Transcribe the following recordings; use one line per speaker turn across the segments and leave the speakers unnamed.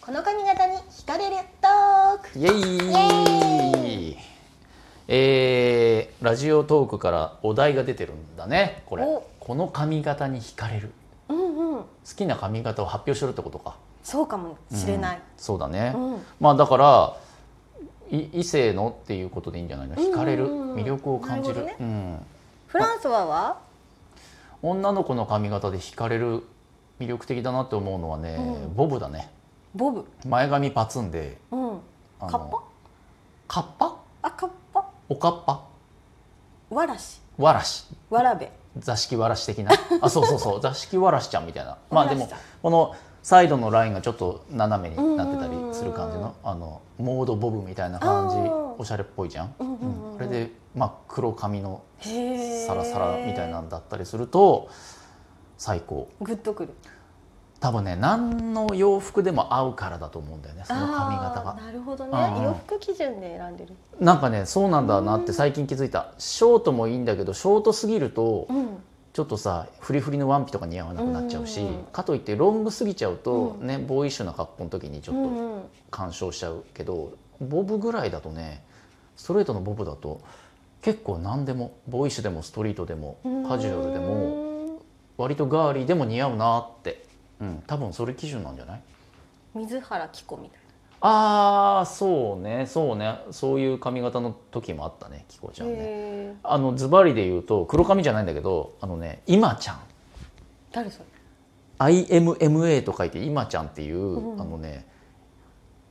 この髪型に惹かれるトーク
イエーイえーラジオトークからお題が出てるんだねこれ
お
この髪型に惹かれる
うんうん
好きな髪型を発表するってことか
そうかもしれない、
そうだね、
うん
まあだからい異性のっていうことでいいんじゃないの惹かれる、
うんうんうん
魅力を感じる
なるほ
うん、
フランソワは
女の子の髪型で惹かれる魅力的だなって思うのはね、
うん
ボブだね
ボブ
前髪パツンで
うん
あ
カ
の
ッパ
カッパ
あカッパ
おかっぱ
わらし
わらし
わらべ
座敷わらし的なあそうそ うそう座敷わらしちゃんみたいなまあで
わ
も
らしち
このサイドのラインがちょっと斜めになってたりする感じ
うんうんうん
のあのモードボブみたいな感じ
あー
おしゃれっぽいじゃん,、
うんうんうんうん
あれで、まあ、黒髪の
へえ
サラサラみたいなんだったりすると最高
グッとくる
多分ね何の洋服でも合うからだと思うんだよねその髪型
あ
が
ーなるほどね
うんうん
洋服基準で選んでる
なんかねそうなんだなって最近気づいたショートもいいんだけどショートすぎると
うん
ちょっとさフリフリのワンピとか似合わなくなっちゃうし、
うんうんうん
かといってロングすぎちゃうと、
うん
ねボーイッシュな格好の時にちょ
う
っと
んうん
干渉しちゃうけど、ボブぐらいだとねストレートのボブだと結構何でもボーイッシュでもストリートでもカジュアルでも割とガーリーでも似合うなって、うん、多分それ基準なんじゃない
うん水原希子みたい
ああそうねそうねそういう髪型の時もあったねキコちゃ
なん
ね。
へえ
あのズバリで言うと黒髪じゃないんだけどあのね今ちゃん
誰それ
IMMA と書いて今ちゃんっていう、
うん
あのね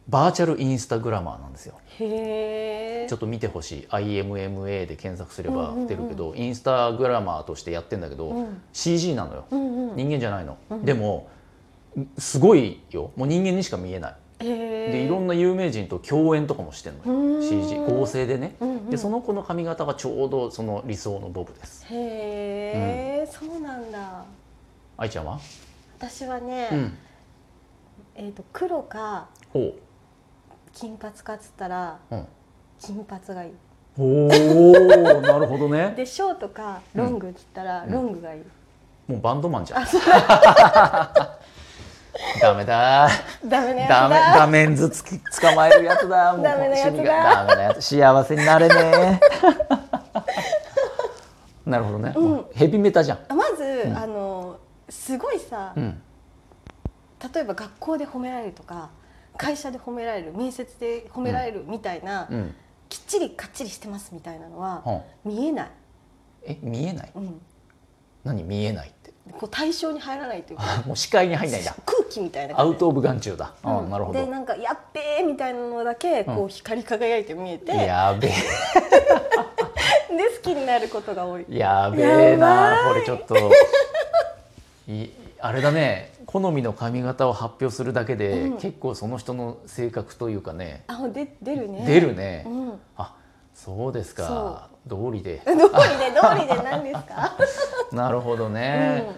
バーチャルインスタグラマーなんですよ
へえ
ちょっと見てほしい IMMA で検索すれ
う
ば
んうんうん
出るけど、インスタグラマーとしてやってんだけど、
うん
CG なのよ、
うんうん
人間じゃないの、
ん
でもすごいよもう人間にしか見えないで
で
いろんな有名人と共演とかもしてんのよ、
うーん
CG 合成でね、
うんうん
でその子の髪型がちょうどその理想のボブです
へえ、そうなんだ
愛ちゃんは、
私はね、
うん
えー、と黒か
おう
金髪かっつったら
うん
金髪がいい
おーなるほどね
でショートかロングっつったら
ん
ロングがいい、
もうバンドマンじゃん ダメだ
ダメね
ダメダメンズつき捕まえるやつだも う
ダメなやつだ
趣味がダメなやつ幸せになれねえ なるほどね、
うん
ヘビメタじゃん
あまず、あのすごいさ、
うん
例えば学校で褒められるとか会社で褒められる面接で褒められるみたいな、
うん
きっちりかっちりしてますみたいなのは、
は
見えない、
え見えない
うん、
何見えないって
こう対象に入らないというか
あもう視界に入ん ないんだ
空気みたいな
ア
感じ
ウト・オブ・眼中だ、うんなるほ
で
ど
なんか「やっべえ」みたいなのだけこう光り輝いて見えて、で
やべ
好きになることが多い
えやべえな
やばい
これちょっといあれだね好みの髪型を発表するだけで、
うん
結構その人の性格というかね
あで出るね
出るね、
うん
あそうですか道理で
どうりでどうりで何です か
なるほどね、
うん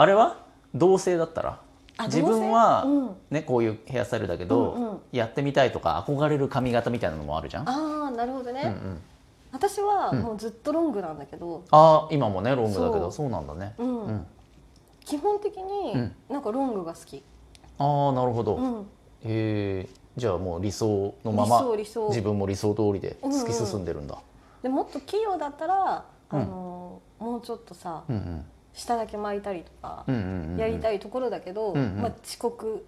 あれは同性だったら
あ
自分は、
同性うん
ねこういうヘアスタイルだけど、
うんうん
やってみたいとか憧れる髪型みたいなのもあるじゃん。
ああなるほどね、
うんうん
私はもうずっとロングなんだけど、
ああ今もねロングだけど
そ
そうなんだね、
うん
うん
基本的に
うん
なんかロングが好き、
ああなるほど、
うん、
へえじゃあもう理想のまま
理想理想
自分も理想通りで
うんうん
突き進んでるんだ、
でもっと器用だったら、
うん
あのもうちょっとさ
うんうん、
下だけ巻いたりとか
うんうんうん
やり
い
たいところだけど、
うんうん
まあ、遅刻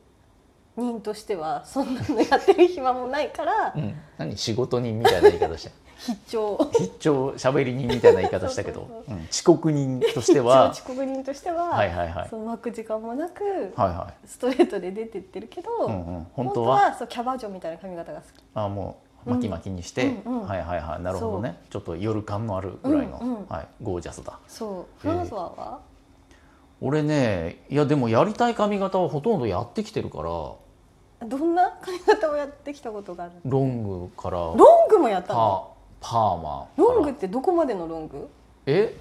人としてはそんなのやってる暇もないから
うん、何仕事人みたいな言い方して
必聴
必聴しゃべり人みたいな言い方したけ
そうそ
ど
う
うん遅刻人として は
一応遅刻人としては、
はいはいはい
その巻く時間もなく、
はいは
ストレートで出てってるけど、
い、うんうん、本当は
そうキャバ嬢みたいな髪型が好き
あもう巻き巻きにして、
うんうんうん
はいはいはいなるほどねちょっと夜感のあるぐらいの、
うんうん
はい、ゴージャスだ
そうフ
へえ
ランソワは、
俺ねいやでもやりたい髪型はほとんどやってきてるからロ
どんな髪型をやってきたことがある
ングから
ロングもやったの
パパーマから
ロングってどこまでのロング
え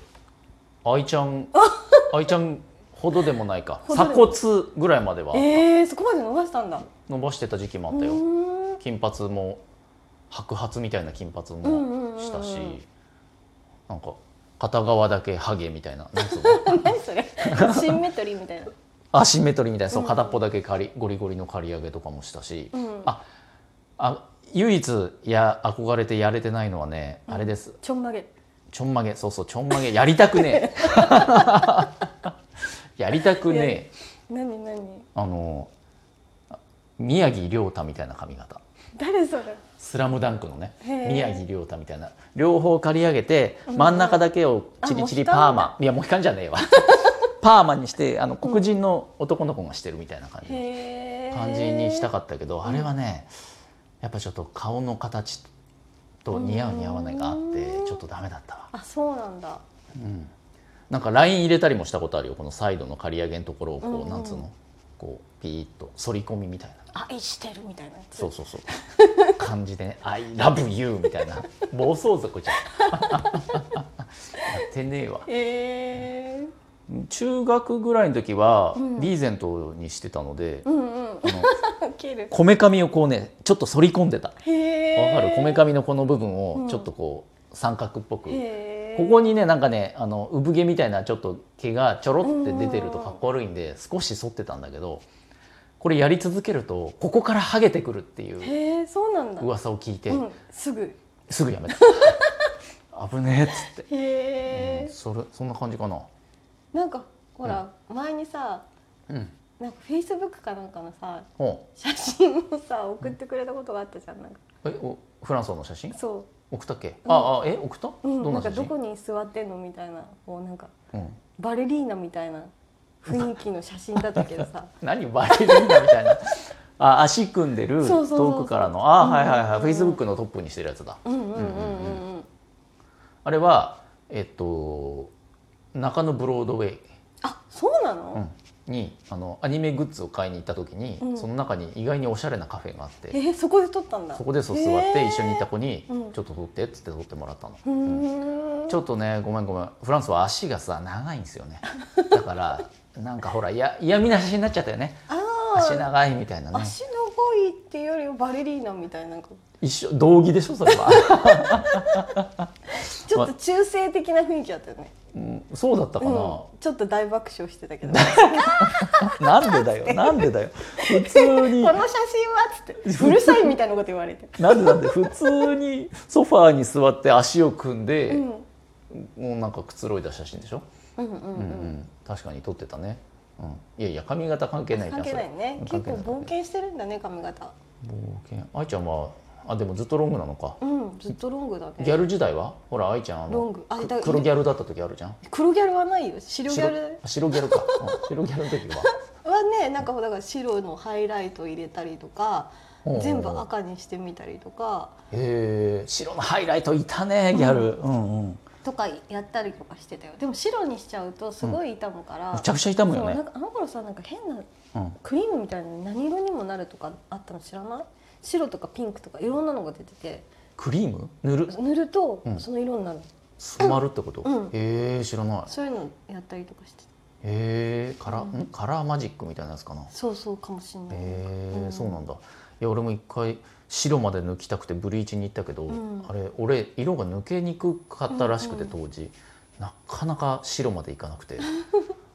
愛ち ゃん愛ちゃんほどでもないか
ほど
鎖
で
骨ぐらいまでは
えー、そこまで伸ばしたんだ
伸ばしてた時期もあ
う
ったよ、
ーん
金髪も白髪みたいな金髪
うんうんうんうん
もしたし、 なんか片側だけハゲみたいななんつうの
何それシンメトリーみたいな
アシンメトリーみたいなそう
うん
片っぽだけ刈りゴリゴリの刈り上げとかもしたし
うん
ああ唯一や憧れてやれてないのはね
うん
あれです
ちょんまげ
ちょんまげそうそうちょんまげやりた くねえ やりたくねえ
何何
あの宮城亮太みたいな髪型
誰それ
「スラムダンクのね
へえ
宮城亮太みたいな両方刈り上げて真ん中だけをチリチリパーマいやもうひかんじゃねえわ パーマにしてあの黒人の男の子がしてるみたいな感じの
へえ
感じにしたかったけどあれはねやっぱちょっと顔の形と似合う似合わないがあって
うん
ちょっとダメだったわ
あそうなんだ
うんなんかライン入れたりもしたことあるよこのサイドの刈り上げのところをこ
う
うんなんつうのこうピーッと反り込みみたいな
愛してるみたいなやつ
そうそうそう。感じでね、I love you みたいな暴走族じゃん。やってねえわ。
へえ
中学ぐらいの時は
うん
リーゼントにしてたので、
うんうん
あの
ウケる
こめかみをこうね、ちょっと反り込んでた。わ
へえ
かる？こめかみのこの部分
う
を
ん
ちょっとこう三角っぽく。
へえ
ここにねなんかねあの産毛みたいなちょっと毛がちょろって出てるとかっこ悪いんで少し反ってたんだけどこれやり続けるとここからハゲてくるっていう
へえそうなんだ
噂を聞いて
うんすぐ
すぐやめ た危ねえっつ
へ
って、うん
え
それそんな感じかな
なんかほら前にさ
うん
なんかフェイスブックかなんかのさ
お
写真をさ送ってくれたことがあったじゃんなんか
えおフランソンの写真
そ
送ったっけ、ああえ送った、
う、うん、
どん
な
なん
か
写
ど
真
こに座ってんのみたいなこうなんか
うん、
バレリーナみたいな雰囲気の写真だったけど さ
何バレリーナみたいなあ足組んでる
そうそうそうそう
遠くからのあ
うん
はいはいはい
うん
フェイスブックのトップにしてるやつだ
うんうんうんうんうん
あれはえっと中野ブロードウェイ、
あそうな
う
の、
ん、にあのアニメグッズを買いに行った時に、
うん
その中に意外におしゃれなカフェがあって、
えー、そこで撮ったんだ
そこでそう座って一緒にいた子に「ち
う
ょ
ん
っと撮って」っつって撮ってもらったの、
うーん
ちょっとねごめんごめんフランスは足がさ長いんですよねだからなんかほらいや嫌味な写真になっちゃったよね
あ
足
ー
長いみたいなね
足長いっていうよりはバレリーナみたいななんか
一緒道着でしょそれは、
ちょっと中性的な雰囲気だったよね、
うん、そうだったか
うん
な、、
ちょっと大爆笑してたけどこ
なんでだよなんでだよ普通に
の写真はっつってうるさいみたいなこと言われて、
なんでなんで普通にソファーに座って足を組んで、
うん、
もうなんかくつろいだ写真でしょ、
うんうんうん
うんうん、確かに撮ってたね、うん、いやいや髪型関係ないじゃ
関
ん
係ないね
それ
結構
関係ない
冒険してるんだね髪型
冒険愛ちゃんはあでもずっとロングなのか、
うんずっとロングだね
ギャル時代はほら愛ちゃんあの
ロングあ
く
だ
黒ギャルだった時あるじゃん
黒ギャルはないよ白ギャル
白白ギャルか、うん白ギャルの時は
はねなんかだから白のハイライト入れたりとか
うん
全部赤にしてみたりとか
へえ白のハイライトいたねギャル、うんうん
とかやったりとかしてたよでも白にしちゃうとすごい傷むから、
めちゃくちゃ痛む
そ
よ
うな
ね
んかあの頃さなんか変な
うん
クリームみたいなの何色にもなるとかあったの知らない白とかピンクとかいろんなのが出てて
クリーム塗る
塗ると
うん
その色になる、
染まるってこと、
うん
へえ知らない
そういうのやったりとかして
へえカラ,、ん、カラーマジックみたいなやつかなへ
そうそうかもしんない、
え、
うん
そうなんだいや俺も一回白まで抜きたくてブリーチに行ったけど、
うん
あれ俺色が抜けにくかったらしくて
うん
当時、なかなか白までいかな くて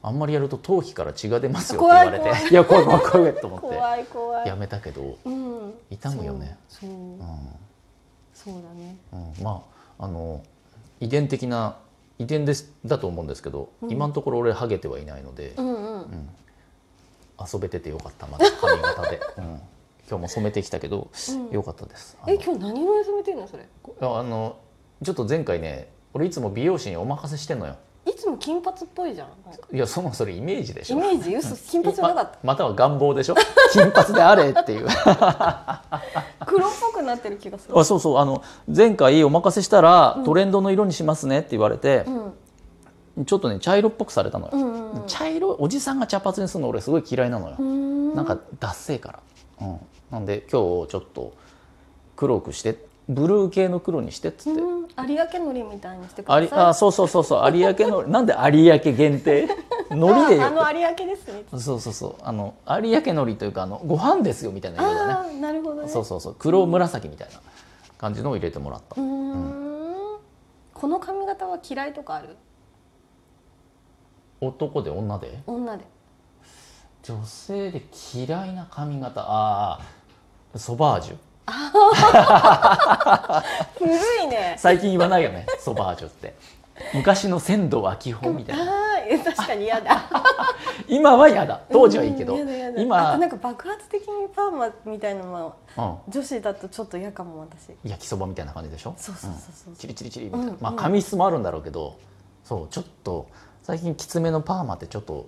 あんまりやると頭皮から血が出ますよって言われて
怖い
いや怖い怖い怖いと思って
怖い怖い
やめたけど、
うん
痛むよね
そうそう,、
う
そうだね
んうん、まああの遺伝的な遺伝ですだと思うんですけど、
うん
今のところ俺ハゲてはいないので、
うんうん、
うん遊べててよかったまだ髪型で、うん、今日も染めてきたけど、
うん
よかったですあの
え今日何色に染めてんのそれ
あのちょっと前回ね俺いつも美容師にお任せしてんのよ
いつも金髪っぽいじゃんなんか
いやそもそもイメージでし
イ
ょ
メージ嘘金髪じゃなかっ
ままたは願望でしょ 金髪であれっ ていう
た黒っぽくなってる気がする
あそうそうあの前回お任せしたら
うん
トレンドの色にしますねって言われて
う、ん
ちょっとね茶色っぽくされたの
う
よ、
んうん
茶色おじさんが茶髪にするの俺すごい嫌いなのよ、
うん
なんか脱せから、うん、なんで今日ちょっと黒くしてブルー系の黒にしてっつ
う
って、
ん有明のりみたいにしてくだ
あ
さい
りあそうそうそうそう有明 のなんで有明限定のりで
ああ
よ
の有明ですね
そうそうそうあの有明のりというかあのご飯ですよみたいな色だね
ああなるほどね
そうそうそう黒紫みたいな感じのを入れてもらった、
うーんこの髪型は嫌いとかある
男で女で
女で
女性で嫌いな髪型ああソバージュ
古いね
最近言わないよ ねソバージュって昔の鮮度は基本みたいな
あー確かに嫌 だ
今は嫌だ当時はいいけど、
うんやだやだあ
今
となんか爆発的にパーマみたいなのは
うん、
女子だとちょっと嫌かも私
焼きそばみたいな感じでしょ
そうそうそうそう
チリチリチリみたいな、
うん
まあ
うん
髪質もあるんだろうけどそうちょっと最近きつめのパーマってちょっと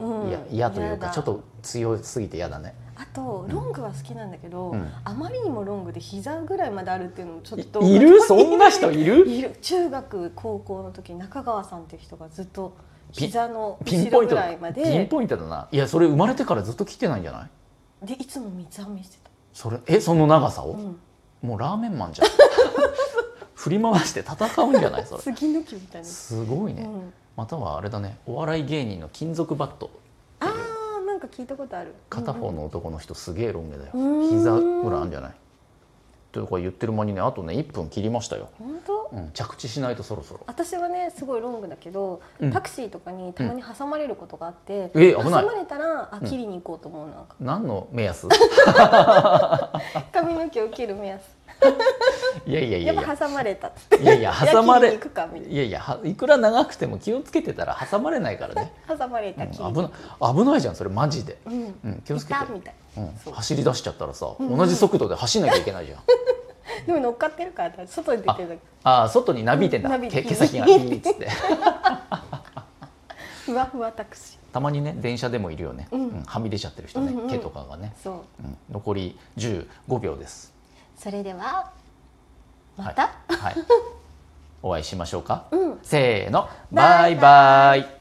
うん
いや嫌、というか
だ
ちょっと強すぎて嫌だね
あとロングは好きなんだけど、
うん
あまりにもロングで膝ぐらいまであるっていうのもちょっと
い いるそんな人いる
いる中学高校の時中川さんっていう人がずっと膝の
ピン
後
ポ
ろ
イン
ぐ
ト
らいま
ピン
で
ポイントだないやそれ生まれてからずっと来てないんじゃない
でいつも三つ編みして
それえその長さ
た、う
を、
ん、
もうラーメンマンじゃん 振り回して戦うんじゃない それ
杉抜きみたいな、
すごいね、
うん、
またはあれだねお笑い芸人の金属バット
あーなんか聞いたことある
片方の男の人すげえロン毛だよ
うーん
膝ぐらいあるんじゃないとか言ってる間にねあとね1分切りましたよ、
うんうん本当
うん、着地しないとそろそろ
私はねすごいロングだけど、
うん
タクシーとかにたまに挟まれることがあって、
え危な
挟ま
い
れたらあ
うん
切りに行こうと思うなんか
何の目 安
髪の毛を切る目安
いやいやい
や
や
っ
い
ぱ
や
挟まれたって
いやいや挟まれ
いや切りに行くかみたいない
やいやはいくら長くても気をつけてたら挟まれないか らね、
挟まれ
う
た
ん、
きり、
危ない危ないじゃんそれマジで、
うん、
うん、気をつけて
い、たみたい
うん
そう
走り出しちゃったらさ、
んうん
同じ速度で走んなきゃいけないじゃん
でも乗っかってるから私外に出てるだけ
ああ外になびいて んだ
なびいて
け
る
毛先がいいっつって
ふわふわタクシ
たまにね電車でもいるよね、
うん
うんはみ出ちゃってる人ね、
うんうん
毛とかがね
ーそう
うん残り15秒です。
それではまた、
はい、はい、お会いしましょうか。
うん
せーの、
バ
バ
イ
イバイ。